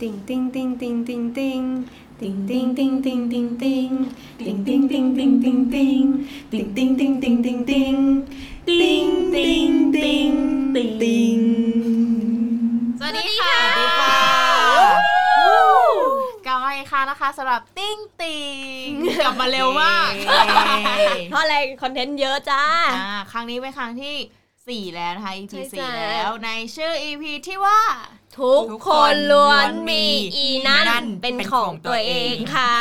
ติ่งติ่งติ่งติ่งติ่งติ่งติ่งติ่งติ่งติ่งติ่งติ่งติ่งติ่งติ่งติ่งติ่งติ่งติ่งติ่งติ่งติ่งติ่งติ่งติ่งติ่งติ่งติ่ง สวัสดีค่ะ สวัสดีค่ะ ก้อยค่ะนะคะสำหรับติ้งติงกลับมาเร็วมาก เพราะอะไรคอนเทนต์เยอะจ้า อ่าครั้งนี้เป็นครั้งที่ 4 แล้วนะคะ EP ใช่จ้ะ 4 แล้วในชื่อ EP ที่ว่า ทุกคนล้วนมีอีนั่ นั่ น น เป็นของตัวเองค่ะ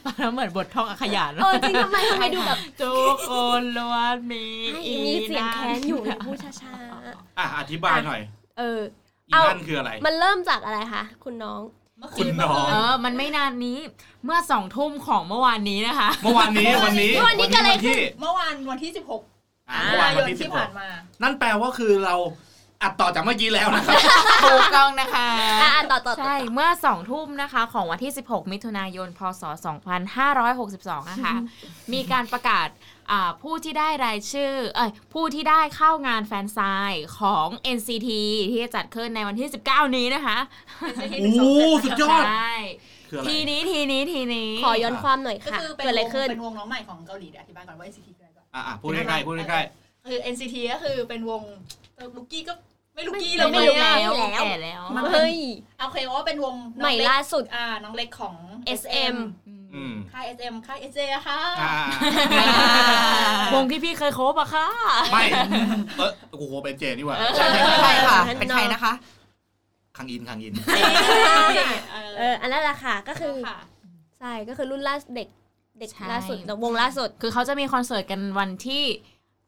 เหมือนบทท่องอักขยาน เออจริงทำไมทำไมดูแบบ ทุกคนล้วนมีอี มีเสียง นั่น แค้นอยู่พูดช้า อ่ะอธิบายหน่อย ๆเออ อี เอา นั่นคืออะไร มันเริ่มจากอะไรคะคุณน้อง คุณน้อง เออ มันไม่นานนี้เมื่อสองทุ่มของเมื่อวานนี้นะคะ เมื่อวานนี้วันนี้ เมื่อวานนี้เกิดอะไรขึ้น ที่ เมื่อวานวันที่ 16 อ่ะ มิ เมื่อวา ถุานวัยน น ที่สิ ที่ บห ผ่าก นมา นั่นแปลว่าคือเราอัดต่อจากเมื่อกี้แล้วนะครับ ถูกต้องนะคะ อ่ะอ่ะต่อต่อต่อ ใช่ เมื่อ 2 ทุ่มนะคะ ของวันที่ 16 มิถุนายน พศ 2562 นะคะ มีการประกาศอ่าผู้ที่ได้รายชื่อ เอ้ย ผู้ที่ได้เข้างานแฟนไซน์ของ NCT ที่จะจัดขึ้นในวันที่ 19 นี้นะคะ โอ้โหสุดยอด ใช่ คืออะไร ทีนี้ทีนี้ทีนี้ ขอย้อนความหน่อย ก็ ค่ะ คือเป็น เกิดอะไรขึ้น เป็นวงน้องใหม่ของเกาหลีเดี๋ยวอธิบายก่อนว่า NCT คืออะไรก่อน อ่ะอ่ะพูดใกล้ๆพูดใกล้ คือ NCT ก็คือเป็นวงเออลูกกี้ก็ไม่ลูกกี้ ที่ แล้ เรา ว ไม่ ไม่ รู้ รู้ เนี่ย แล้วแก่แล้วแล้ว มัน เฮ้ย เอาเคว่าเป็นวงน้อง ใหม่ เก ล่าสุด อ่าน้องเล็กของ SM ๆอืม ค่าย SM ค่าย SJ อะค่ะ อ่ะ วงที่พี่เคยโคบอะค่ะ ไม่เออกูโคเป็นเจนี่หว่า ใช่ ใครค่ะ เออ เป็นใครนะคะ คังอินคังอิน เอออันนั้นแหละค่ะก็คือ ค่ะ ใช่ก็คือรุ่นล่าสุดเด็กเด็ก ใช่ ล่าสุดวงล่าสุด คือเขาจะมีคอนเสิร์ตกันวันที่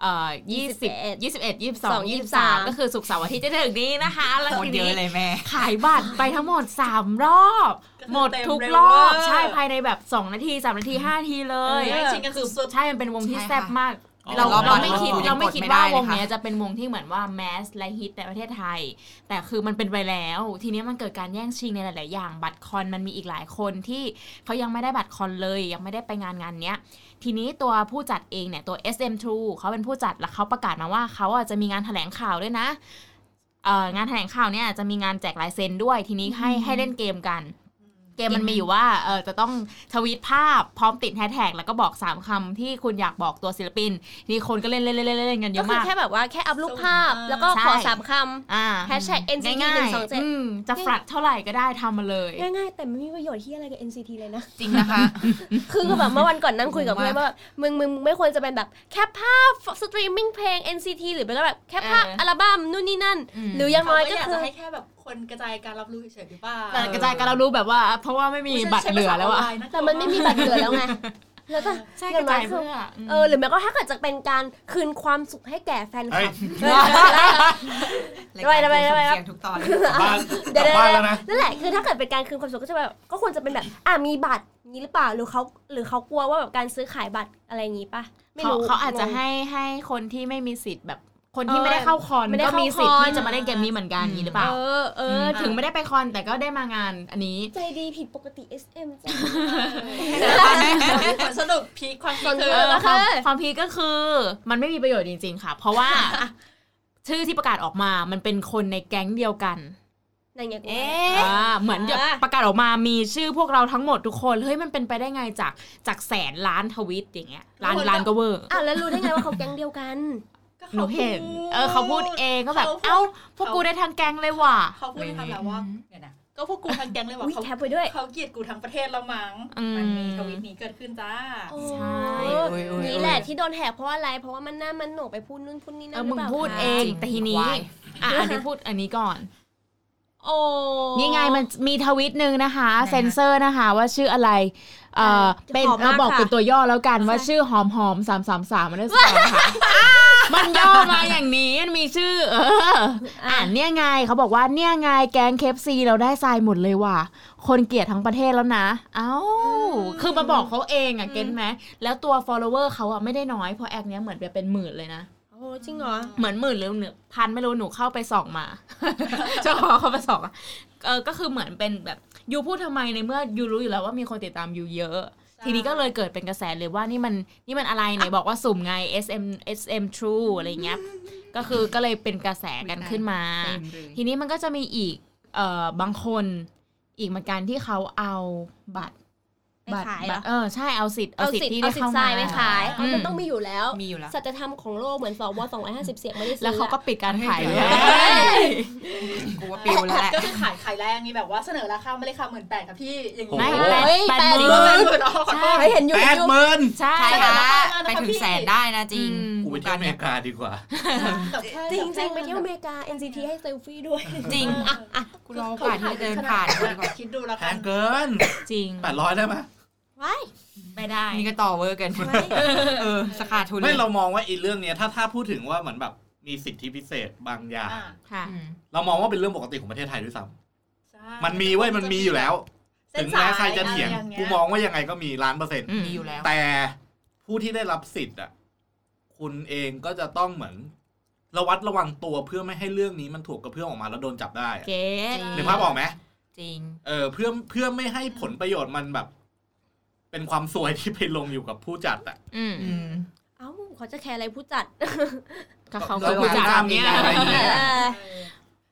เอ่อยี่สิบ 21 ยี่สิบเอ็ดยี่สิบสองยี่สิบสาม 23 ก็คือสุกร์เสาร์อาทิตย์จะถึงนี้นะคะ แล้ว โคต ที รเย นี้ อะเลยแม่ ขายบัตรไปทั้งหมด 3 รอบ ก็คือ หมด เต็ม ทุก เลย รอบ เวอร์ ใช่ภายในแบบ 2 นาที 3 นาที 5 นาทีเล เอย อชิงกันสุด ใช่มันเป็นวงที่ ใช่ค่ะ แซ่บมาก อ๋อ เรา รอบ เราไม่ รอบ คิด รอบ เราไม่คิด กดไม่ได้ ว่า เลยว ค่ะ งเนี้ยจะเป็นวงที่เหมือนว่าแมสและฮิตในประเทศไทย แต่คือมันเป็นไปแล้ว ทีนี้มันเกิดการแย่งชิงในหลาย ๆ อย่าง บัตรคอนมันมีอีกหลายคนที่เขายังไม่ได้บัตรคอนเลย ยังไม่ได้ไปงานงานเนี้ย ทีนี้ตัวผู้จัดเองเนี่ยตัว SM2 เขาเป็นผู้จัดแล้วเขาประกาศมาว่าเขาอ่ะจะมีงานแถลงข่าวด้วยนะเอ่องานแถลงข่าวเนี่ยจะมีงานแจกลายเซ็นด้วย ทีนี้ให้ให้เล่นเกมกัน เกมมันมีอยู่ว่าเออจะต้องทวีตภาพพร้อมติดแฮชแท็กแล้วก็บอก 3คำที่คุณอยากบอกตัวศิลปิน นี่คนก็เล่นเล่นเล่นเล่นเล่นกันเย ก็ อะ คือ มาก แค่แบบว่าแค่อัพรูปภาพ แล้วก็ ใช่ ขอสามค อ่า แฮชแท็ก NCT ง่ายๆ 127 อืมจะฟลัดเท่าไหร่ก็ได้ทำมาเลย ำง่ายๆแต่ไม่มีประโยชน์ที่อะไรกับ NCT เลยนะ จริงนะคะ คือแบบเมื่อวันก่อนนั่งคุยกับเพื่อน ว่า ว่าแบบมึงมึงมึงไม่ควรจะเป็นแบบแค่ภาพสตรีมมิ่งเพลง NCT หรือเป็นแบบแค่ภาพ เอออั อัลบั้มนู่นนี่นั่น อืม หรือ ๆ อย่างน้อย เขา ก็ อยาก คื จะ อ ให้แค่แบบคนกระจายการรับรู้เฉยๆหรือเปล่า แต่กระจายการเรารู้แบบว่า เพราะว่าไม่มีบัตรเหลือแล้วอะ แต่มันไม่มีบัตรเหลือแล้วไงแล้วก็ ใช่ อก ย่า ระ งน้อ จาย ย คือ เพื่อ เออหรือแม้ก็ถ้าเกิดจะเป็นการคืนความสุขให้แก่แฟนค เฮ้ย ลับ รายการ ได้ไปได้ไป ส่งเสียงทุกตอนเลย กลับบ้านก เดี๋ ลั ยวๆบบ้านแล้วนะ นั่นแหละคือถ้าเกิดเป็นการคืนความสุขก็จะแบบก็ควรจะเป็นแบบอ่ะมีบัตรนี้หรือเปล่าหรือเขาหรือเขากลัวว่าแบบการซื้อขายบัตรอะไรอย่างงี้ปะไม่ เขา รู้ เขาอาจจะให้ให้คนที่ไม่มีสิทธิ์แบบ คนที่ เออ ไม่ได้เข้าคอน ไม่ได้ ก็ เข้า มีสิทธิ์ คอน ที่จะมาเล่นเกมนี้เหมือนกันอย่างนี้หรือเปล่า เออเออ ถึงไม่ได้ไปคอนแต่ก็ได้มางานอันนี้ ใจดีผิดปกติ SM จ้ะ ผลสรุปพีคความพีคคือ เออ แล้ว ควา ค่ะ มความพีคก็คือมันไม่มีประโยชน์จริง ๆ ค่ะ เพราะว่า ชื่อที่ประกาศออกมามันเป็นคนในแก๊งเดียวกัน นั่นไงกู เอ๊ะ อ่าเหมือนแบบ อ่า ประกาศออกมามีชื่อพวกเราทั้งหมดทุกคนเฮ้ยมันเป็นไปได้ไงจากจากแสนล้านทวิตอย่างเงี้ยล้าน ทุกคนก็ ล้านก็เวอร์ อ่ะแล้วรู้ได้ไงว่าเขาแก๊งเดียวกัน ก็ หนู ขา เห็น พูด เออเขาพูดเองก็แบบ เขาพูด เอ้า พวกกูได้ทางแก๊งเลยว่ะ เขาพูดในคำแบบว่าเดี๋ยวนะก็พวกกูทั้งแก๊งเลยว่า อุ้ย เขา แคปไว้ด้วย เขาเกลียดกูทั้งประเทศแล้วมั้ง อืม มันมีทวิตนี้เกิดขึ้นจ้า ใช่ โอ้ โอ้ยโอ้ย นี่แหละที่โดนแหกเพราะอะไร เพราะว่ามันหน้ามันโหนกไปพูดนู่นพูดนี่ เอ นั่น อ หมึรือง เปล่า พูด คะ เองแต่ทีนี้ วาย อ่ะอันนี้พูดอันนี้ก่อน โอ้ นี่ไงมันมีทวิตหนึ่งนะคะ ไหนคะ เซ็นเซอร์นะคะว่าชื่ออะไร เออเป็น หอม เรา มาก บอก ค่ะ เป็นตัวย่อแล้วกันว่า ใช่ ชื่อหอมหอมสามสามสาม มันได้สองค่ะ มันย่อมาอย่างนี้มันมีชื่อ เออ อ่านเนี่ยไงเขาบอกว่าเนี่ยไงแก๊งเคฟซีเราได้ทรายหมดเลยว่ะ คนเกลียดทั้งประเทศแล้วนะ เอ้า คือมาบอกเขาเองอ่ะเก็ตไหมแล้วตัว follower เขาอ่ะไม่ได้น้อยเพราะแอคเนี้ยเหมือนจะเป็นหมื่นเลยนะ โอ้จริงเหรอ เหมือนหมื่นหรือหนึ่งพันไม่รู้หนูเข้าไปส่องมา เจ้าของเข้าไปส่องอะเออก็คือเหมือนเป็นแบบยูพูดทำไมในเมื่อยูรู้อยู่แล้วว่ามีคนติดตามยูเยอะ ใช่ ทีนี้ก็เลยเกิดเป็นกระแสเลยว่านี่มันนี่มันอะไรไหนบอกว่าสุ่มไง SM SM True อะไรเงี้ยก็คือก็เลยเป็นกระแสกันขึ้นมา เต็มเลย ทีนี้มันก็จะมีอีกเอ่อบางคน อีกเหมือนกันที่เขาเอาบัตร ไปขายเหรอ บัตรเออใช่เอาสิทธิ์ เอาสิทธิ์ ที่ เอา ได้ สิท เข้า ธิ์ท มา รายไปขาย อืม มันต้องมีอยู่แล้ว มีอยู่แล้ว สัจธรรมของโลกเหมือนสว250 เสียงไม่ได้ซื้อ แล้วเขาก็ปิดการขายเลย เฮ้ กูว่าปิวแล้วแหละ ก็คือขายขายแรกนี่แบบว่าเสนอราคาไม่เลยค่ะหมื่นแปดค่ะพี่อย่าง โอ้ นี้ โห ไม่ แปด แปดแปดห ห มื่ มื่ น นหมื่นอ๋อขอโทษ เฮ้ยเห็นอยู่ แป เห็นอดยู่ หมื่น ใช่ ใช่ค่ะ ขายได้ ไปถึงแสนได้นะจริง อืม กูไปเที่ยวอเมริกาดีกว่า แต่แค่ จริงจริงๆไปเที่ยวอเมริกา NCT ให้เซลฟี่ด้วย จริง เออ กูรอโอกาสที่เดินผ่านกูดีกว่า คิดดูแล้ว แพ กั ง น เกิน จริง แปดร้อยได้ไหม ไม่ได้ นี่ก็ต่อเวอร์เกันเออสขาดทุนลย ไม่เรามองว่าไอีเรื่องเนี้ยถ้าถ้าพูดถึงว่าเหมือนแบบมีสิทธิพิเศษบางอย่าง อ่า ค่ะ อืม เรามองว่าเป็นเรื่องปกติของประเทศไทยด้วยซ้ ใช่ ำมันมีไว้ยมันมีอยู่แล้ว เส้ ถึ น ง สา แม้ใครจะเถียง ะไรางงี้ กูมองว่ายังไงก็มีล้านเปอร์เซ็นต์ อืม มีอยู่แล้ว แต่ผู้ที่ได้รับสิทธิ์อ่ะ คุณเองก็จะต้องเหมือนระวัดระวังตัวเพื่อไม่ให้เรื่องนี้มันถูกกระเพื่อมออกมาแล้วโดนจับได้อะ เก๋ นึกภาพออกไหม จริง เออเพื่อเพื่อไม่ให้ผลประโยชน์มันแบบ เป็นความซวยที่ไปลงอยู่กับผู้จัดอ่ะ อืม อืม เอ้าเขาจะแคร์อะไรผู้จัด ก็เขา แล้ว ก็ คุณ จะ ห้ามยังไงอะไรอย่างเงี้ย เออ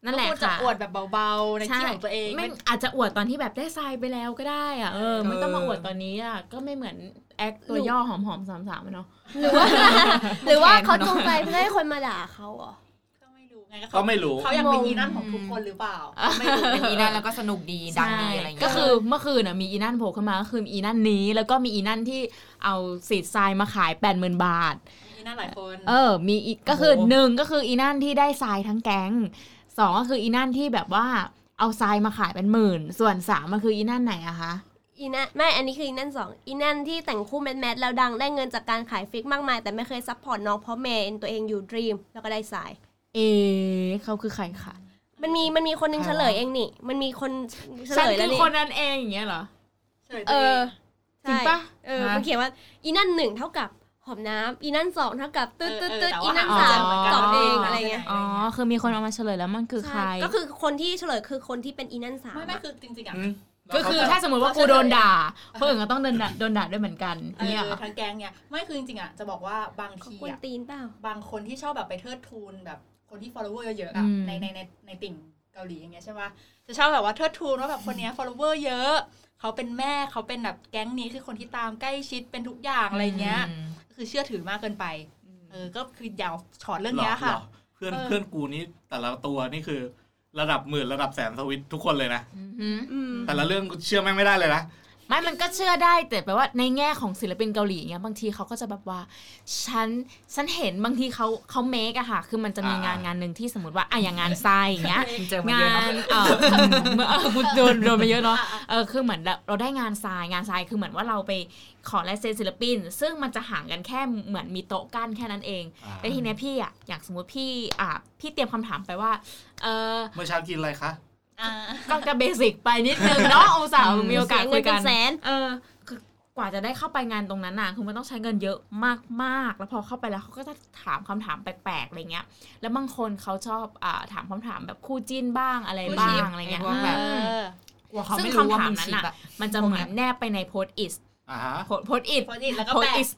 นั่นแหละ ก็ควรจะ ค่ะ อวดแบบเบาๆ ในที่ของตัวเอง ไม่อาจจะอวดตอนที่แบบได้ทรายไปแล้วก็ได้อ่ะเออไม่ต้องมา เออ อวดตอนนี้อ่ะก็ไม่เหมือนแอคตัว หนู ย่อหอมๆสามสามเนาะ ห รือว่า หรือว่าเขาจงใจเพื่อให้คนมาด่าเขาเหรอ ก็ไม่รู้ไง ก็ไม่รู้ เขาอยากเป็นยีนั่นของทุกคนหรือเปล่า ไม่รู้ เป็นอีนั่นแล้วก็สนุกดีดังดีอะไรอย่างเงี้ย ก็คือเมื่อคืนน่ะมีอีนั่นโผล่ขึ้นมาก็คืออีนั่นนี้ แล้วก็มีอีนั่นที่เอาสีดทรายมาขาย 8 0,000 บาท ยีนั่นหลายคน เออ มีอีกก็คือหนึ่งก็คืออีนั่นที่ได้ทรายทั้งแก๊งสองก็คืออีนั่นที่แบบว่าเอาทรายมาขายเป็นหมื่น ส่วนสามมันคืออีนั่นไหนอะคะ อีนั่นไม่ อันนี้คืออีนั่นสองอีนั่นที่แต่งคู่แมทแมทแล้วดังได้เงินจากการขายฟิกมากมาย แต่ไม่เคยซัพพอร์ตน้องเพราะเมนตัวเองอยู่ดรีมแล้วก็ได้สาย เอะเขาคือใครคะ มันมีมันมีคนหนึงเฉลยเองนี่ มันมีคนเฉ ฉันลย คื แล้ว อ นี่ คนนั้นเองอย่างเงี้ยเหรอ เฉยๆ เอ ตัวเอ อง จริงปะ ใช่เออมันเขียนว่าอีนั่นหนึ่งเท่ากับหอมน้ำอีนั่นสองเท่ากับตึ๊ดตึ๊ดตึ๊ดอีนั่นสามตอบเองอะไรเงี้ย อ๋อคือมีคนเอามาเฉลยแล้วมันคือใคร ช่ก็คือคนที่เฉลยคือคนที่เป็นอีนั่นสาม ไม่ไม่คือจริงๆอ่ะ อืม ก็คือถ้าสมมติว่ากูโดนด่าคนอื่นก็ต้องโดนด่าโดนด่าด้วยเหมือนกัน เอ เนี่ย อ เหรอ ทางแกงเนี่ยไม่คือจริงๆอ่ะจะบอกว่าบาง เขา ที กวน อ่ะ ตีนเปล่า บางคนที่ชอบแบบไปเทิดทูนแบบคนที่ follower เยอะๆอ่ะในในในในติ่งเกาหลีอย่างเงี้ยใช่ปะจะชอบแบบว่าเทิดทูนว่าแบบคนเนี้ย follower เยอะเขาเป็นแม่เขาเป็นแบบแก๊งนี้คือคนที่ตามใกล้ชิดเป็นทุกอย่างอะไรเงี้ย อืม คือเชื่อถือมากเกินไป เออ ก็คืออย่าถอดเรื่อง หล เนี้ อย กห ค่ะ ลอกเพื่อน เออ เพื่อนกูนี่แต่ละตัวนี่คือ ระดับหมื่นระดับแสนสวิตช์ทุกคนเลยนะ อือหือ แต่ละเรื่องกูเชื่อแม่งไม่ได้เลยนะ ไม่มันก็เชื่อได้แต่แปลว่าในแง่ของศิลปินเกาหลีเงี้ยบางทีเขาก็จะแบบว่าฉันฉันเห็นบางทีเขาเขาเมคอะค่ะ คือมันจะมีงาน อ่าง งานหนึ่งที่สมมติว่าอะอย่างงานทรายอย่างเงี้ย เจอมาเย งา อะเนอะ นเออเอ อคุณโดนโดนมาเยอะเนาะ เออ คือเหมือนเราได้งานทรายงานทรายคือเหมือนว่าเราไปขอลายเซ็นศิลปิน ซึ่งมันจะห่างกันแค่เหมือนมีโต๊ะกั้นแค่นั้นเอง อ่า แต่ทีเนี้ยพี่อ่ะอย่างสมมติพี่อ่ะพี่เตรียมคำถามไปว่า เออ เมื่อเช้ากินอะไรคะ อ่า ก็จะเบสิกไปนิดนึงเนาะองศาห์มีโอกาส เสียเงิ คุย นเป็ กัน นแสน เออคือกว่าจะได้เข้าไปงานตรงนั้นน่ะคือมันต้องใช้เงินเยอะมากๆ แล้วพอเข้าไปแล้วเขาก็จะถามคำถามแปลกๆอะไรเงี้ย แล้วบางคนเขาชอบอ่าถามคำถามแบบคู่จิ้นบ้างอะไร คู่ บ้า จิ้น งอะไรเงี้ย ไอ้พวกแบบ อืม กลัวเขาไม่รู้ว่ามึงชิปอะ มันจะเหมือนแนบไปในโพสอิส อ่าฮะ โพสอิส โพสต์อินแล้วก็ โพส แปะ อิส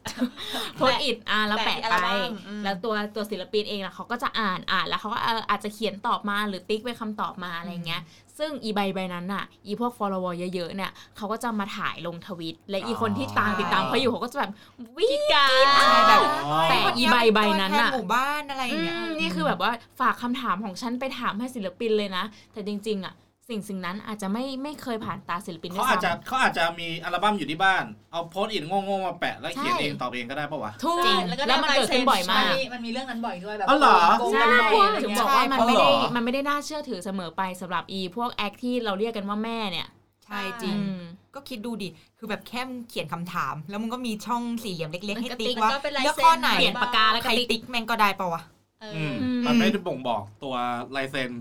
โพสอิสอ่ะแล้วแปะ แปะอัล ไป บั้มอืม แล้วตัวตัวศิลปินเองนะเขาก็จะอ่านอ่านแล้วเขาก็เอ่ออาจจะเขียนตอบมาหรือติ๊กไปนคำตอบมาอะไรเงี้ย ซึ่งอีใบใบนั้นน่ะ อีพวก follower เยอะๆเนี่ยเขาก็จะมาถ่ายลงทวิต และอีคนที่ตาม อ๋อ ติดตามเขาอยู่เขาก็จะแบบวิกา ใช่แบบ แปะอีใบใบนั้น ตัว น่ะ แทหมู่บ้านอะไรอย่างเงี้ย อืมนี่คือแบบว่าฝากคำถามของฉันไปถามให้ศิลปินเลยนะ แต่จริง ๆ อ่ะ สิ่งสิ่งนั้นอาจจะไม่ไม่เคยผ่านตาศิลปินด้วยเขาอาจจะ ซ้ำ เขาอาจจะมีอัลบั้มอยู่ที่บ้าน เอาโพสต์อินโง่ๆมาแปะแล้วเขียน ใช่ เองตอบเองก็ได้ปะวะ ถูก ใช่ได้ แล้วมันเกิดขึ้นบ่อยมาก นมันมีเรื่องนั้นบ่อยด้วยแบบ อ๋อเหรอ โกง ใช่ กันบ่อยอะไร ถึง เงี้ บอย กว่ามัน ใช่ ไม่ได้ เพราะเหรอ มันไม่ได้น่าเชื่อถือเสมอไปสำหรับอีพวกแอคที่เราเรียกกันว่าแม่เนี่ย ใช่จริง อืม ก็คิดดูดิ คือแบบแค่มึงเขียนคำถาม แล้วมึงก็มีช่องสี่เหลี่ยมเล็กๆ ให้ มัน ติ๊ก มัน ว่า ก็ป็ลาย เลือก ซ็ ข้อไหน เปลี่ยนปากกาแล้ว ใครติ๊กแม่งก็ได้ปะวะ เออ อืม อ ม มันไม่ได้บ่งบอกตัวลายเซ็น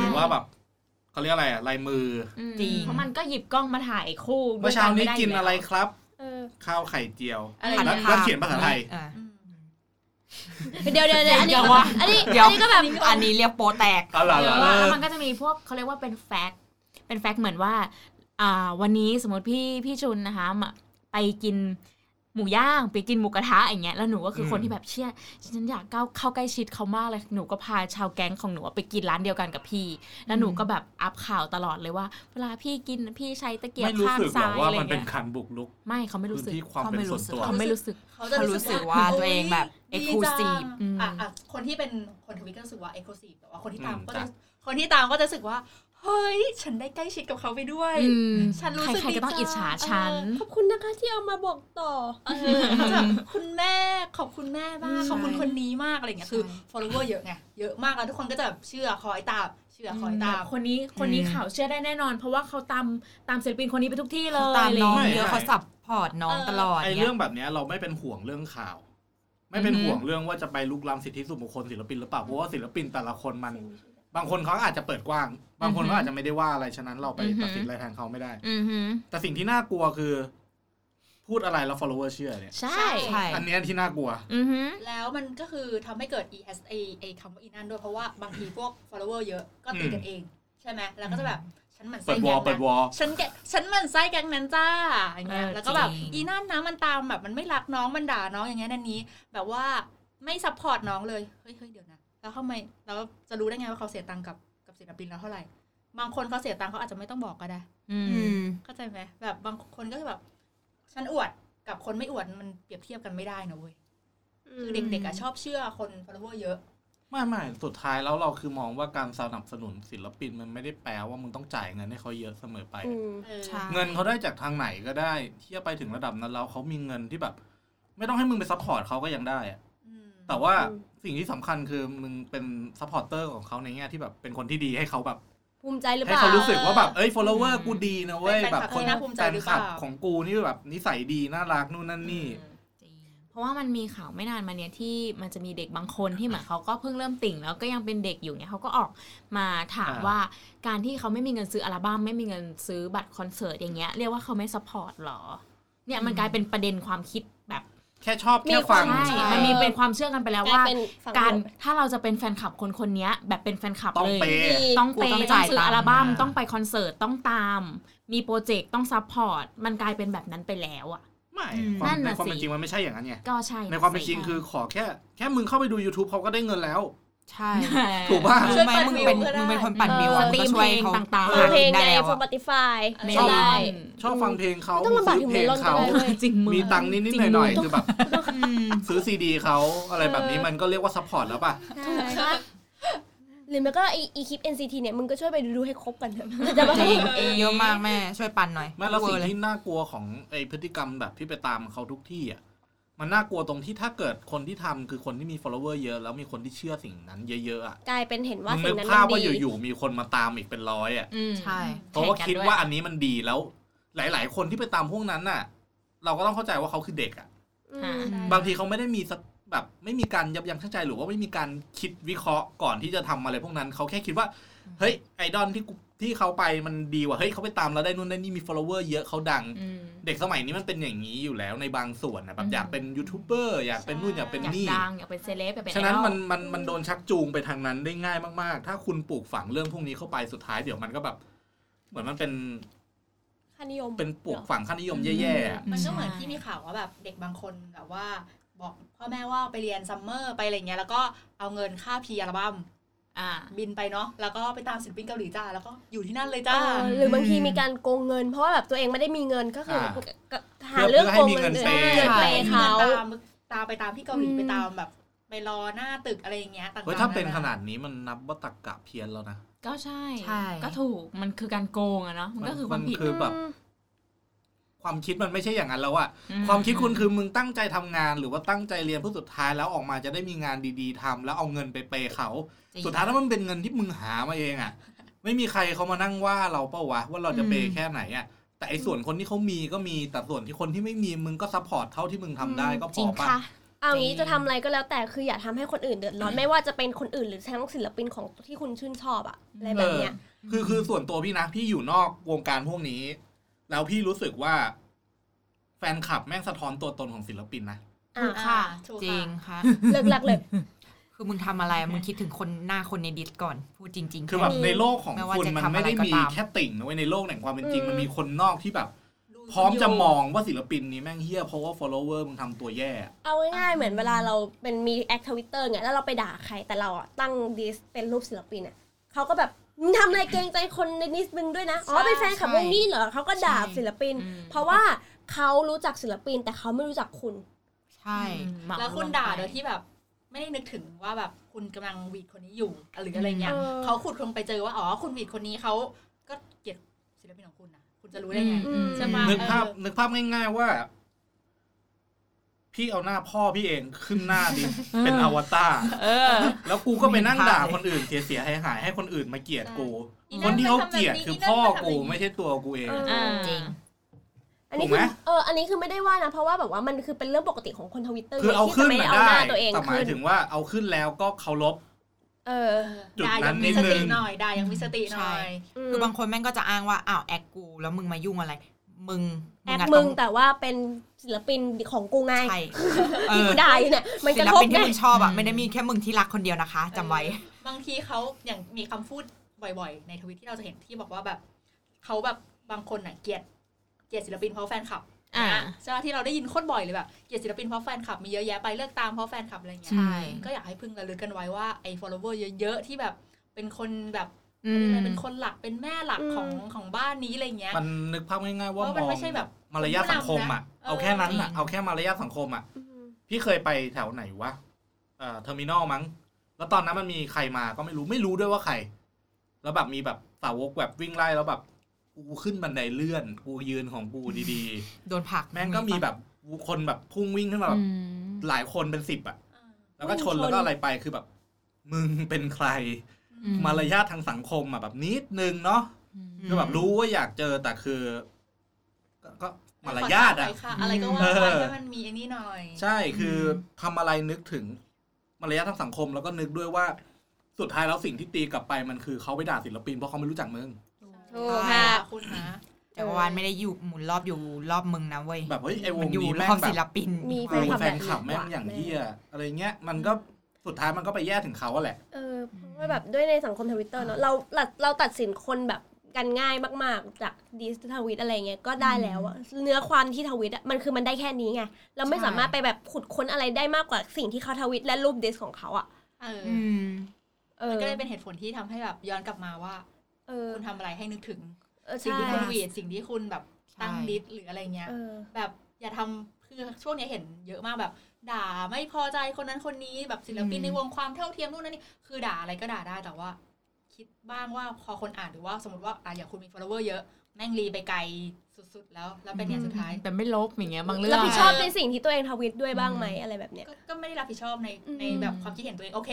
หรือว่าแบบเขาเรียกอะไรอะลายมือ อืม จริง เพราะมันก็หยิบกล้องมาถ่ายคู่ เมื่อเช้านี้ ด้ยู่ กินอะไรครับ เออ ข้าวไข่เจียว อะไร หั นะ แล้วแล้วเขียนภาษาไทย อ่ะ อืม เดี๋ยวเดี๋ยวเดี๋ยวอันนี้ วะ อันนี้ เดี๋ยวก็แบบ อันนี้เรียกโปแตก เอาล่ะ เย ล่ะ อะ ล่ะ แล้วมันก็จะมีพวกเขาเรียกว่าเป็นแฟกต์เป็นแฟกต์เหมือนว่า อ่า วันนี้สมมติพี่พี่ชุนนะคะมาไปกิน หมูย่างไปกินหมูกระทะอย่างเงี้ยแล้วหนูก็คืออ ม คนที่แบบเชี่ยฉันอยากเข้าเข้าใกล้ชิดเขามากเลยหนูก็พาชาวแก๊งของหนูอะไปกินร้านเดียวกันกับพี่ แล้วหนูก็แบบอัพข่าวตลอดเลยว่า เวลาพี่กินพี่ใช้ตะเกียบ ไม่รู้ ข้าง สึกหร ซ้า อก ย ว่า อะไร มันเป็น เงี้ย การบุกลุก ไม่เขาไม่ พื้ รู้ น สึก ที่ความเป็นส่วนตัว เขาไม่รู้สึก เขาจะ เขารู้สึกว่า โย ตัวเองแบบ ดีจั exclusive อืม อ่ะอ่ะคนที่เป็นคนทวิตก็รู้สึกว่าเอ็กซ์คลูซีฟแต่ว่าคนที่ตาม อืม ก็จะ จ้ะ คนที่ตามก็จะรู้สึกว่า เฮ้ย ฉันได้ใกล้ชิดกับเขาไปด้วย อืม ฉันรู้สึก ใครๆ ดี ก็ต้อง จั อิจฉาฉัน ขอบคุณนะคะที่เอามาบอกต่อ เออเขาจะแบบคุณแม่ขอบคุณแม่มาก ใช่ ขอบคุณคนนี้มากอะไรเงี้ยคือ ใช่ follower เยอะไงเยอะมากแล้วทุกคนก็จะแบบเชื่อคอยตามเชื่อคอยตาม คนนี้คนนี้ อืม ข่าวเชื่อได้แน่นอน เพราะว่าเขาตามตามศิลปินคนนี้ไปทุกที่เล เขา ย ตามน้อง ะไรย่า เย เย อะเขาซัพพอร์ตน้อง เออ ตลอด ไอ้ เนี่ย เรื่องแบบเนี้ยเราไม่เป็นห่วงเรื่องข่าว ไม่เป็น อือฮึ ห่วงเรื่องว่าจะไปลุกล้ำสิทธิส่วนบุคคลศิลปินหรือเปล่าเพราะว่าศิลปินแต่ละคนมัน บางคนเขาอาจจะเปิดกว้าง บางคนเขาอาจจะไม่ได้ว่าอะไรฉะนั้นเราไปตัดสินอะไรแทนเขาไม่ได้ อือหือ แต่สิ่งที่น่ากลัวคือ พูดอะไรแล้ว follower เชื่อเนี่ย ใช่ ใช่ อันเนี้ยที่น่ากลัว อือหือ แล้วมันก็คือทำให้เกิด e s a ไอคำว่าอีนั่นด้วยเพราะว่าบางทีพวก follower เยอะก็ตีกันเอง ใช่ไหมแล้วก็จะแบบฉันหมั่นไส้ เปิดวอลแก๊ง เปิ นะ ดวอล ฉันแกฉันหมั่นไส้แก๊งนั้นจ้าอย่างเงี้ย เออ แล้วก็แบบ จริง อีนั่นนะมันตามแบบมันไม่รักน้องมันด่าน้องอย่างเงี้ยนั่นนี้ แบบว่าไม่ซัพพอร์ตน้องเลยเฮ้ยเฮ้ยเดี๋ยวนะแล้วทำไมเราจะรู้ได้ไงว่าเขาเสียตังค์กับกับศิลปินแล้วเท่าไหร่บางคนเขาเสียตังค์เขาอาจจะไม่ต้องบอกก็ได้ อื อื ม ม เข้าใจไหมแบบบางคนก็จะแบบ ฉันอวดกับคนไม่อวดมันเปรียบเทียบกันไม่ได้นะเว้ย คือเด็กๆอะชอบเชื่อคน follower เยอะ ไม่ไม่สุดท้ายแล้วเราคือมองว่าการสนับสนุนศิลปินมันไม่ได้แปลว่ามึงต้องจ่ายเงินให้เขาเยอะเสมอไป เออ ใช่ เงินเขาได้จากทางไหนก็ได้เทียบไปถึงระดับนั้นแล้วเขามีเงินที่แบบ ไม่ต้องให้มึงไปซัพพอร์ตเขาก็ยังได้อะ อืม แต่ว่า อืม สิ่งที่สำคัญคือมึงเป็นซัพพอร์ตเตอร์ของเขาในแง่ที่แบบเป็นคนที่ดีให้เขาแบบ ภูมิใจหรือเป ให้ ล่า เขารู้สึกว่าแบบเอ้ย follower กูดีนะเว้ยแบบ เป็ คน น แฟนคลับที่น่าภูมิใจ แฟน หรือ ค เป ลั ล่า บของกูนี่แบบนิสัยดีน่ารักนู่นนั่นนี่ เพราะว่ามันมีข่าวไม่นานมาเนี้ยที่มันจะมีเด็กบางคนที่เหมือนเขาก็เพิ่งเริ่มติ่งแล้วก็ยังเป็นเด็กอยู่เนี่ยเขาก็ออกมาถาม อ่า ว่าการที่เขาไม่มีเงินซื้ออัลบั้มไม่มีเงินซื้อบัตรคอนเสิร์ตอย่างเงี้ยเรียกว่าเขาไม่สปอร์ตหรอ เนี่ยมันกลายเป็นประเด็นความคิดแบบ แค่ชอบแค่ฟัง มีความ ใช่ ใช่มันมีเป็นความเชื่อกันไปแล้ว กลาย ว่า เป็นฝั่ง การ ลบ ถ้าเราจะเป็นแฟนคลับคนคนเนี้ยแบบเป็นแฟนคลับ ต้อง เลย เปย์ ต้อง กู เปย์ ต้อง ต้อ จ่าง ย ซื้อ ตังค์ อัลบั้ม อ่า ต้องไปคอนเสิร์ตต้องตาม มีโปรเจกต์ต้องซัพพอร์ตมันกลายเป็นแบบนั้นไปแล้วอ่ะ ไม่ อืม ความ นั่น ใน น่ะ ความเป็น สิ จริงมันไม่ใช่อย่างนั้นไง ก็ใช่ะ ในความเป็นจริง สิ คือขอแค่ แค่มึงเข้าไปดู YouTube เขาก็ได้เงินแล้ว ใช่ ถูกป่ะ รู้ไหมมึงเป็นมึงเป็นคนปั่นวิว ส อะ ตรี ก็ มเพช่ว ล ย ง เขา ต่าง ห ฟังเพลง ได้ ใน แล้วอะ Spotify ๆ ก็ได้ ชอบฟังเพลงเขา ไม่ต้องลำบาก ซื้อเพลง ถึงเมลอนก็ เขา ได้ เออจริงมึง มีตังค์นิดๆหน่อยๆคือแบบ อืม ซื้อซีดีเขาอะไรแบบนี้มันก็เรียกว่าซัพพอร์ตแล้วป่ะ ใช่หรือไม่ก็ไอ้อีคลิป NCT เนี่ยมึงก็ช่วยไปดูให้ครบกันเถอะมันจะมา จริงเยอะมากแม่ ช่วยปั่นหน่อย แม้แล้วสิ่ง เลย ที่น่ากลัวของไอพฤติกรรมแบบที่ไปตามเขาทุกที่อ่ะมันน่ากลัวตรงที่ถ้าเกิดคนที่ทำคือคนที่มี follower เยอะแล้วมีคนที่เชื่อสิ่งนั้นเยอะๆอ่ะ กลายเป็นเห็นว่า มึง สิ่ นึ ง ก นั้น ภาพ มั ว่าน อ ดี ยู่ๆมีคนมาตามอีกเป็นร้อยอ่ะ อืม ใช่ เพราะว่าคิดแข่งกันด้วยว่าอันนี้มันดีแล้ว หลาย ๆ คนที่ไปตามพวกนั้นน่ะ เราก็ต้องเข้าใจว่าเขาคือเด็กอ่ะ อืม อืม บางทีเขาไม่ได้มีสแบบไม่มีการยับยั้งชั่งใจหรือว่าไม่มีการคิดวิเคราะห์ก่อนที่จะทำอะไรพวกนั้นเขาแค่คิดว่าเฮ้ยไอดอลที่กูที่เขาไปมันดีว่ะเฮ้ยเขาไปตามแล้วได้นู่นได้นี่มี follower เยอะเขาดัง อืม เด็กสมัยนี้มันเป็นอย่างนี้อยู่แล้วในบางส่วนนะแบ อื บ ม อยากเป็นยูทูบเบอร์อยากเป็นนู่นอยากเป็น อยาก นี่ ดังอยากเป็นเซเลบอยากเป็น ฉะนั้น ไอดอล มันมันมันโดนชักจูงไปทางนั้นได้ง่ายมากๆ ถ้าคุณปลูกฝังเรื่องพวกนี้เข้าไปสุดท้ายเดี๋ยวมันก็แบบ เหมือนมันเป็น ค่านิยม เป็นปลูกฝังค่านิยมแย่ๆอะ มันก็เหมือนที่มีข่าวว่าแบบเด็กบางคนแบบว่า บอกพ่อแม่ว่าไปเรียนซัมเมอร์ไปอะไรเงี้ยแล้วก็เอาเงินค่าพีอัลบั้ม อ่า บินไปเนาะแล้วก็ไปตามศิลปินเกาหลีจ้าแล้วก็อยู่ที่นั่นเลยจ้า เออหรือบางทีมีการโกงเงิน เพราะว่าแบบตัวเองไม่ได้มีเงินก็คืออา ก็หาเรื่องโกงเงิน เพื่ อื่ อให้มี น เงินเปย์ เงินเปย์เขา ตามตามไปตามที่เกาหลี อืม ไปตามแบบ ไปรอหน้าตึกอะไรอย่างเงี้ยต่างๆ เฮ้ยถ้าเป็น ะ ขนาดนี้มันนับว่าตักกะเพี้ยนแล้วนะ ก็ใช่ ใช่ ก็ถูกมันคือการโกงอะเนาะมันก็คือความผิด คือแบบ อืม ความคิดมันไม่ใช่อย่างนั้นแล้วอะ อื ความคิดคุณคือมึงตั้งใจทำงาน หรือว่าตั้งใจเรียนเพื่อสุดท้ายแล้วออกมาจะได้มีงานดีๆทำแล้วเอาเงินไปเปย์เขา จริง สุดท้ายแล้วมันเป็นเงินที่มึงหามาเองอะ่ะ ไม่มีใครเขามานั่งว่าเราเป้าวะว่าเราจะเปย์แค่ไหนอะ่ะแต่ไอ้ส่วนคนที่เขามีก็มีแต่ส่วนที่คนที่ไม่มีมึงก็ซัพพอร์ตเท่าที่มึงทำได้ก็พ จริ อง ปะ ค่ะ เอางี้จะทำอะไรก็แล้วแต่คืออย่าทำให้คนอื่นเดือดร้อนไม่ว่าจะเป็นคนอื่นหรือทั้งศิลปินของที่คุณชื่นชอบอะอะไรแบบเนี้ย คือคือส่วนตัวพี่นะพี่อยู่นอกวงการพวกนี้ แล้วพี่รู้สึกว่า แฟนคลับแม่งสะท้อนตัวตนของศิลปินนะ อ่ะ อ่า ค่ะ ถูก จริงค่ะ เลิกลักเลย คือมึงทำอะไรมึงคิดถึงคนหน้าคนในดิสก่อน พูดจริงๆ คือแบบในโลกของ ไม่ว่า คุณ จะ มัน ทำอะไม่ไรได้ ก็ มี ตาม แค่ติ่งนะเว้ยในโลกแห่งความเป็นจริง อืม มันมีคนนอกที่แบบ รู้ พร้อมจะมองว่าศิลปินนี้แม่งเฮี้ยเพราะว่า follower มึงทำตัวแย่ เอาง่ายๆเหมือนเวลาเราเป็นมีแอคทวิตเตอร์เงี้ยแล้วเราไปด่าใครแต่เราอ่ะตั้งดิสเป็นรูปศิลปินอ่ะเขาก็แบบมึงทำอะไรเกรงใจคนในนิสมึงด้วยนะอ๋อเป็นแฟนคลับวงนี้เหรอเขาก็ด่าศิลปิน อืม เพราะว่าเขารู้จักศิลปินแต่เขาไม่รู้จักคุณ ใช่ หมัก แล้วคุณ งไป ด่าโดยที่แบบ ไม่ได้นึกถึงว่าแบบคุณกำลังหวีดคนนี้อยู่หรืออะไรเงี้ย เออ เขาขุดลงไปเจอว่าอ๋อคุณหวีดคนนี้เขาก็เกลียดศิลปินของคุณนะคุณจะรู้ได้ไง อืม ใช่ปะ นึกภาพ เออ นึกภาพง่ายๆว่า พี่เอาหน้าพ่อพี่เองขึ้นหน้าดิน เออ เป็นอวตาร เออ แล้วกูก็ไปนั่งด่าคนอื่นเสียๆหายๆให้คนอื่นมาเกลียดกู อีนั่ คน น ที่เขาเกลียด มันคือทำแบบนี้อีนั่น พ่อ มันทำแบบ กู นี้ ไม่ใช่ตัวกูเอง เออ จริง อันนี้ ถูก คื ไหม อเอออันนี้คือไม่ได้ว่านะเพราะว่าแบบว่ามันคือเป็นเรื่องปกติของคนทวิตเตอร์ คือเอาขึ้น ที่จะไม่เอามาหได้น้าตัวเอง แต่หมาย ขึ้น ถึงว่าเอาขึ้นแล้วก็เคารพ เออ จุด ด่า นั้ ยั น ง นิ มี ด ส นึ ติ ง หน่อยด่ายังมีสติหน่อย ม คือบางคนแม่งก็จะอ้างว่าอ้าวแอคกู แล้วมึงมายุ่งอะไร มึง แอค ะ มึ ต้ งแต่ว่าเป็นศิลปินของกูไง ใช่เอ ที่ อ กูด่าอยู่เนี่ยมันก ศิ ระ ล ทบ ปิน ไง ที่มึงชอบอ่ะ อืม ไม่ได้มีแค่มึงที่รักคนเดียวนะคะจำไว้ บางทีเขาอย่างมีคำพูดบ่อยๆ ในทวิตที่เราจะเห็นที่บอกว่าแบบเขาแบบบางคนน่ะเกลียดเกลียดศิลปินเพราะแฟนคลับ อ่า ใช่ไหมที่เราได้ยินโคตรบ่อยเลยแบบเกลียดศิลปินเพราะแฟนคลับมีเยอะแยะไปเลือกตามเพราะแฟนคลับอะไรเงี้ย ใช่ ก็อยากให้พึงระลึกกันไว้ว่าไอ้ follower เยอะๆที่แบบเป็นคนแบบ อืม อะไรเป็นคนหลักเป็นแม่หลัก อืม ของของบ้านนี้อะไรเงี้ย มันนึกภาพง่ายๆว่า เพมราะมัน อง ไม่ใช่แบบ มารยาทสังคมอ่ะ ผู้นำนะ เอาแค่นั้นอ่ะ เออ เอาแค่มารยาทสังคมอ่ะ อืม พี่เคยไปแถวไหนวะเอ่อเทอร์มินอลมั้ง แล้วตอนนั้นมันมีใครมาก็ไม่รู้ไม่รู้ด้วยว่าใคร แล้วแบบมีแบบสาวกแบบวิ่งไล่แล้วแบบกูขึ้นบันไดเลื่อน กูยืนของกูดี โดนผลัก ๆ แม่งก็มีแบบคนแบบพุ่งวิ่งขึ้นมาแบบ อืม หลายคนเป็นสิบอ่ะ แล้วก็ชชนน แล้วก็อะไรไปคือแบบ มึงเป็นใคร อืม มารยาททางสังคมอ่ะแบบนิดนึงเนาะ อืม คือแบบรู้ว่าอยากเจอแต่คือก็ก็มารยาทอ่ะ ขโษหน่ยค่อะไรก็ว่าไปให้มันมีไอ้นี่หน่อย ใช่ คือทำอะไรนึกถึงมารยาททางสังคมแล้วก็นึกด้วยว่า สุดท้ายแล้วสิ่งที่ตีกลับไปมันคือเขาไปด่าศิลปินเพราะเขาไม่รู้จักมึง ถูกค่ะ คุณนะ จักรวาลไม่ได้อยู่หมุนรอบอยู่รอบมึงนะเว้ย แบบเฮ้ยไอ้ว มั ง นอยู่ นี้ ร แม่ง อบ แบ ศิล บ ปิน มี โอ้โหแฟนคลับ แม่งแม่ง แบบ อย่างเฮียอะไรเงี้ย มันก็สุดท้ายมันก็ไปแย่ถึงเขาอะแหละ เออเพราะว่าแบบด้วยในสังคมทวิตเตอร์เนอะเราเราเราตัดสินคนแบบกันง่ายมาก ๆ จากดีสทวิตอะไรเงี้ยก็ได้แล้วอะเนื้อความที่ทวิตอะมันคือมันได้แค่นี้ไง เราไม่ ใช่ สามารถไปแบบขุดค้นอะไรได้มากกว่าสิ่งที่เขาทวิตและรูปดิสของเขาอะ เออ อืม เอ มั อน ก็เลยเป็นเหตุผลที่ทำให้แบบย้อนกลับมาว่า เออ คุณทำอะไรให้นึกถึง เออ สิ่ง ใช่ ที่คุณหวีดสิ่งที่คุณแบบตั้ง ใช่ ลิสต์หรืออะไรเงี้ย เออ แบบอย่าทำคือช่วงเนี้ยเห็นเยอะมากแบบ ด่าไม่พอใจคนนั้นคนนี้แบบศิลปิน อืม ในวงความเท่าเทียมนู่นนั่นนี่คือด่าอะไรก็ด่าได้แต่ว่า คิดบ้างว่าพอคนอ่านหรือว่าสมมติว่าอ่ะอย่างคุณมี follower เยอะแม่งรีไปไกลสุดๆ แล้วแล้วเป็นไงสุดท้าย แต่ไม่ลบอย่างเงี้ยบางเรื่อง รับผิดชอบในสิ่งที่ตัวเองทวิตด้วยบ้างไหมอะไรแบบเนี้ย ก็ก็ไม่ได้รับผิดชอบใน อืม ในแบบความคิดเห็นตัวเองโอเค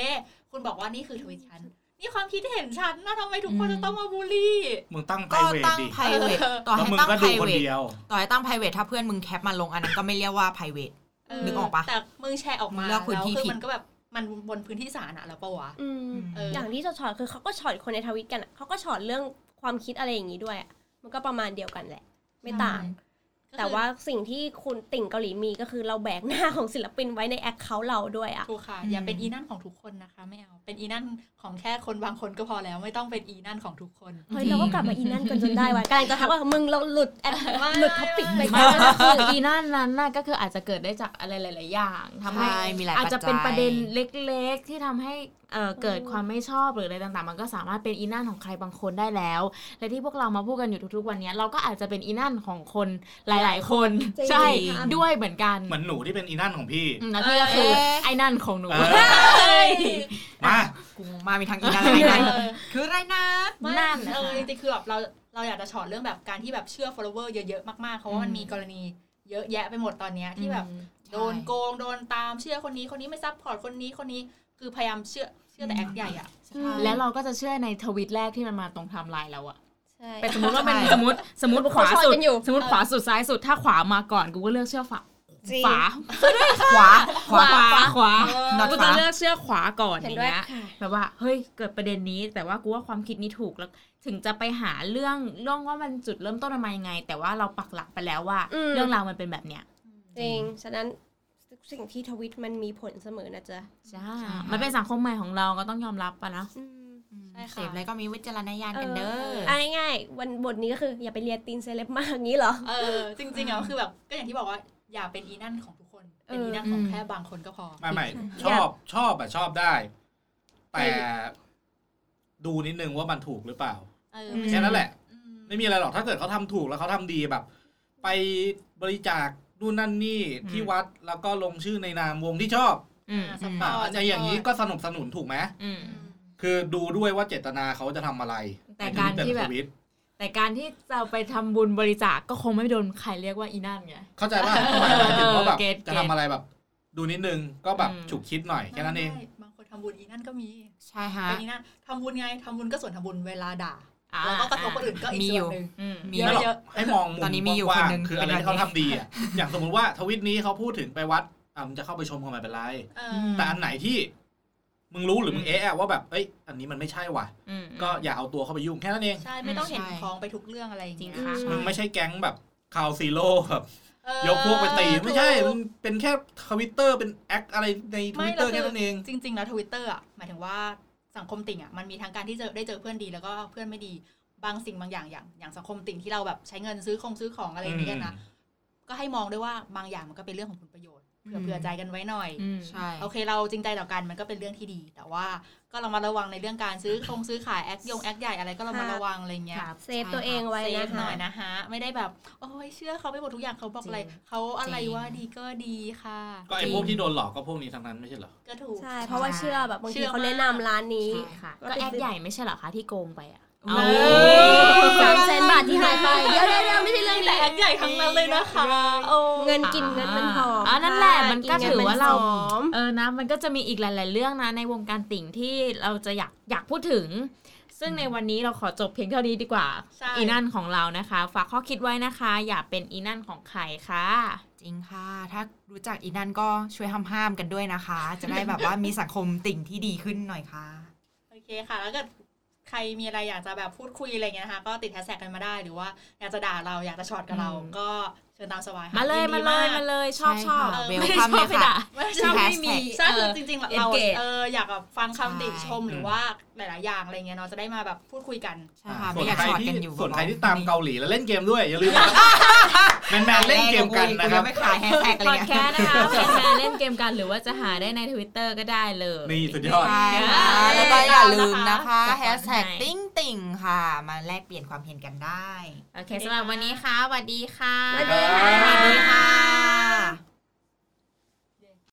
คุณบอกว่านี่คือทวิตฉัน นี่ความคิดเห็นฉันนะทำไมทุกคน อืม จะต้องมาบูลลี่ มึงตั้งไพร ก็ เวท ตั้ง ดิ ไพรเวทต่อ แล้ว ให้ มึง ตั้ง ก็ ไพร ดูคน เวท เดียว ต่อให้ตั้งไพรเวทถ้าเพื่อนมึงแคปมาลงอันนั้นก็ไม่เรียกว่าไพรเวท เออ นึกออกปะ แต่มึงแชร์ออกมา เลือกพื้นที่ คื ผิด มันก็แบบมันบนพื้นที่สาธารณะแล้วปะวะ อืม เออ อย่างที่ช็อตๆคือเขาก็ช็อตคนในทวิตกันอะเขาก็ช็อตเรื่องความคิดอะไรอย่างนี้ด้วยอะมันก็ประมาณเดียวกันแหละ ไม่ต่าง ก็คือ แต่ว่าสิ่งที่คุณติ่งเกาหลีมีก็คือเราแบกหน้าของศิลปินไว้ในแอคเคาท์เราด้วยอะ ถูกค่ะ อืม อย่าเป็นอีนั่นของทุกคนนะคะ ไม่เอาเป็นอีนั่นของแค่คนบางคนก็พอแล้ว ไม่ต้องเป็นอีนั่นของทุกคน เฮ้ยเราก็กลับมาอีนั่นกันจนได้ว่ะกำลังจะทักว่ามึงเราหลุดแอค ไม่ หลุดท็อปิกไป ไม่ แล้ว ก็คืออีนั่นนั้นน่ะก็คืออาจจะเกิดได้จากอะไรหลาย ๆ อย่างทำให้ ใช่มีหลาย อาจจะเป็นปปัจจัยระเด็นเล็ก ๆ ที่ทำให้เอ่อเกิดความไม่ชอบหรืออะไรต่าง ๆ มันก็สามารถเป็นอีนั่นของใครบางคนได้แล้ว และที่พวกเรามาพูดกันอยู่ทุก ๆ วันเนี้ยเราก็อาจจะเป็นอีนั่นของคนหลาย ๆ คนใช่ด้วยเหมือนกัน เหมือนหนูที่เป็นอีนั่นของพี่ อืมแล้วพี่ก็คือไอ้นั่นของหนู เออ มา กูมามีทางอีนั่นอะไร เอ นะ อ คืออะไรนะ ไม่ นั่นนะคะ เออจริงๆคือแบบเราเราอยากจะช็อตเรื่องแบบการที่แบบเชื่อ follower เยอะๆมากๆเพราะว่ามัน อืม มีกรณีเยอะแยะไปหมดตอนเนี้ยที่แบบ โดนโกงโดนตามเชื่อคนนี้คนนี้ไม่ซัพพอร์ตคนนี้คนนี้คือพยายามเชื่อเชื่อแต่แอคใหญ่อะ ใช่ แล้วเราก็จะเชื่อในทวิตแรกที่มันมาตรงไทม์ไลน์เราอะ ใช่ เป็นสมมติว่าเป็น ใช่ สมมติสมมติขวา เขาชอบ สุด กันอยู่ สมมติขวาสุดซ้ายสุดถ้าขวามาก่อนกูก็เลือกเชื่อฝาฝา ขวาข ข วา วาขวา น็อต กู ข จะ วา เลือกเชื่อขวาก่อนอ เห็น ย่าง ด้วย เงี้ย ค่ะ แบบว่าเฮ้ยเกิดประเด็นนี้ แต่ว่ากูว่าความคิดนี้ถูกแล้ว ถึงจะไปหาเรื่องเรื่องว่ามันจุดเริ่มต้นมันมายังไง แต่ว่าเราปักหลักไปแล้วว่า อืม เรื่องราวมันเป็นแบบเนี้ย จริงฉะนั้นสิ่งที่ทวิตมันมีผลเสมอนะจ๊ะ ใช่มันเป็นสังคมใหม่ของเราก็ต้องยอมรับปะนะ อืม อืม ใช่ เส ค่ะ พอะไรก็มีวิจารณญาณกันเด้อ เอาง่ายๆวันบทนี้ก็คืออย่าไปเรียนตีนเซเลบมากอย่างนี้เหรอ เออจริงๆแล้วคือแบบก็อย่างที่บอกว่าอย่าเป็นอีนั่นของทุกคน เป็นอีนั่นของแค่บางคนก็พอ ไม่ไม่ช อยา อก บชอบอะชอบได้ แต่ดูนิดนึงว่ามันถูกหรือเปล่า เออไม่ แค่ ใช่ นั้นแหละ อืม ไม่มีอะไรหรอกถ้าเกิดเขาทำถูกแล้วเขาทำดีแบบ ไปบริจาคนู่นนั่นนี่ อืม ที่วัดแล้วก็ลงชื่อในนามวงที่ชอบ อืมอืม อ๋ อ่ะ อ ไอ้อย่างนี้ จะชอบ ก็สนับสนุนถูกไหม อืม อืม คือดูด้วยว่าเจตนาเขาจะทำอะไร แต่การที่แบบ ในชีวิต แต่การที่จะไปทำบุญบริจาคก็คงไม่โดนใครเรียกว่าอีนั่นไง เข้าใจว่าหมายถึงว่าแบบ เออเก็ต จะทำอะไรแบบ ดูนิดนึงก็แบบ อืม ฉุกคิดหน่อยแค่นั้นเอง ไม่บางคนทำบุญอีนั่นก็มี ใช่ฮะ เป็นอีนั่นทำบุญไงทำบุญก็ส่วนทำบุญเวลาด่า อ่า แล้วก็กระทบคนอื่นก็อีก มี ส่วอยู่ นหนึ่ง อืม มี เย ไม่หรอก อะ ให้มองมุม ตอนนี้มีอยู่ กว้า ค ง นหนึ่ง ๆคืออะไรที่เขาทำดีอ่ะ อย่างสมมติว่าทวิตนี้เขาพูดถึงไปวัดอ่ะมึงจะเข้าไปชมเขาไม่เป็นไร เอ ม อ แต่อันไหนที่ มึงรู้หรือมึง อืม เอะอะว่าแบบเอ้ยอันนี้มันไม่ใช่ว่ะ อืม ก็อย่าเอาตัวเข้าไปยุ่งแค่นั้นเอง ใช่ไม่ต้องเห็น ใช่ พ้องไปทุกเรื่องอะไรอย่าง จริ เงี้ ง ย ค่ะ มึงไม่ใช่แก๊งแบบคาวซีโร่แบบ เออย กพวกไปตีไม่ใช่ ถู มึ ก งเป็นแค่ทวิตเตอร์เป็นแอคอะไรในท ไม่ วิตเตอร์ เราคือ แค่นั้นเอง จริงๆแล้วทวิตเตอร์อ่ะหมายถึงว่าสังคมติ่งอ่ะมันมีทั้งการที่เจอได้เจอเพื่อนดีแล้วก็เพื่อนไม่ดีบางสิ่งบางอย่างอย่างอย่างสังคมติ่งที่เราแบบใช้เงินซื้อของซื้อของอะไรอย่างเงี้ยนะก็ให้มองด้วยว่าบางอย่างมันก็เป็นเรื่องของผลประโยชน์เผื่อเผื่อใจกันไว้หน่อย อืม ใช่ โอเคเราจริงใจต่อกันมันก็เป็นเรื่องที่ดี แต่ว่าก็เรามาระวังในเรื่องการซื้อคงซื้อขายแอคยงแอคใหญ่อะไรก็เรามาระวังอะไรเงี้ย ครับ เซฟตัวเองไว้ เซ นะ ฟหน่ คะ อยนะฮะ ไม่ได้แบบ โอ้ยเชื่อเขาไปหมดทุกอย่างเขาบอกอะไร จริง เขาอะไรว่าดีก็ดีค่ะ ก็ไอ้พวกที่โดนหลอกก็พวกนี้ทั้งนั้นไม่ใช่เหรอ ก็ถูก ใช่ เพราะว่าเชื่อแบบบาง เชื่ ที อ เขาแนะนำร้านนี้ ใช่ ค่ะ ก็ ก็ ไป แอค ซื้อ ใหญ่ไม่ใช่เหรอคะที่โกงไปอ่ะ เอา สามแสนบาทที่หายไปเดี๋ยวเดี๋ยวเดี๋ยวไม่ใช่เรื่อง แต่แอคใหญ่ทั้งนั้นเลยนะคะโอ้ เงินกินเงินมันหอม อ่านั่นแหละมันก็ งิ ถือว่าเรา หอม เออนะมันก็จะมีอีกหลาย ๆ เรื่องนะในวงการติ่งที่เราจะอยากอยากพูดถึง ซึ่งในวันนี้เราขอจบเพียงเท่านี้ดีกว่า ใช่ อีนั่นของเรานะคะ ฝากข้อคิดไว้นะคะ อย่าเป็นอีนั่นของใครค่ะ จริงค่ะ ถ้ารู้จักอีนั่นก็ช่วยห้ามๆกันด้วยนะคะ จะได้แบบว่ามีสังคมติ่งที่ดีขึ้นหน่อยค่ะ โอเคค่ะ แล้วก็ใครมีอะไรอยากจะแบบพูดคุยอะไรเงี้ยนะคะ ก็ติดแฮชแท็กกันมาได้หรือว่าอยากจะด่าเราอยากจะช็อตกับเรา อืม ก็เชิญตามสบายค่ะ มาเลย น มาเลดีก ยมาเลยชอบ ใช่ ชอบ ค่ะ เออ Welcome ไม่ได้ชอบ เลย ไป ค่ะ ด่า ไม่ ซึ่ ชอง บ แฮ ไม่ ชแท็ มี ก ใช่คืเอออ จริงๆเรา engage เอออยากแบบฟังคำติชม ใช่ หรือว่าหลาย ๆ อย่างอะไรเงี้ยเนาะจะได้มาแบบพูดคุยกัน ใช่ค่ะ ส่ ไม่ วน อยาก ใคร ช็อต ที่ กันอยู่ ส่วนใครที่ตามเกาหลีแล้วเล่นเกมด้วยอย่าลืมแมนแมนๆเล่นเกมกันนะครับ ไม่ขายแฮชแท็กอะไร พอด เนี่ย แคสต์ นะคะเป็นการเล่นเกมกันหรือว่าจะหาได้ในทวิตเตอร์ก็ได้เลย นี่สุดยอด ใช่ค่ะแล้วก็อย่าลืมนะคะ จะขอให้ แฮชแท็กติ่งติ่งค่ะ มาแลกเปลี่ยนความเห็นกันได้ โอเคสำหรับวันนี้ค่ะสวัสดีค่ะ บ๊ายบาย สวัสดีค่ะ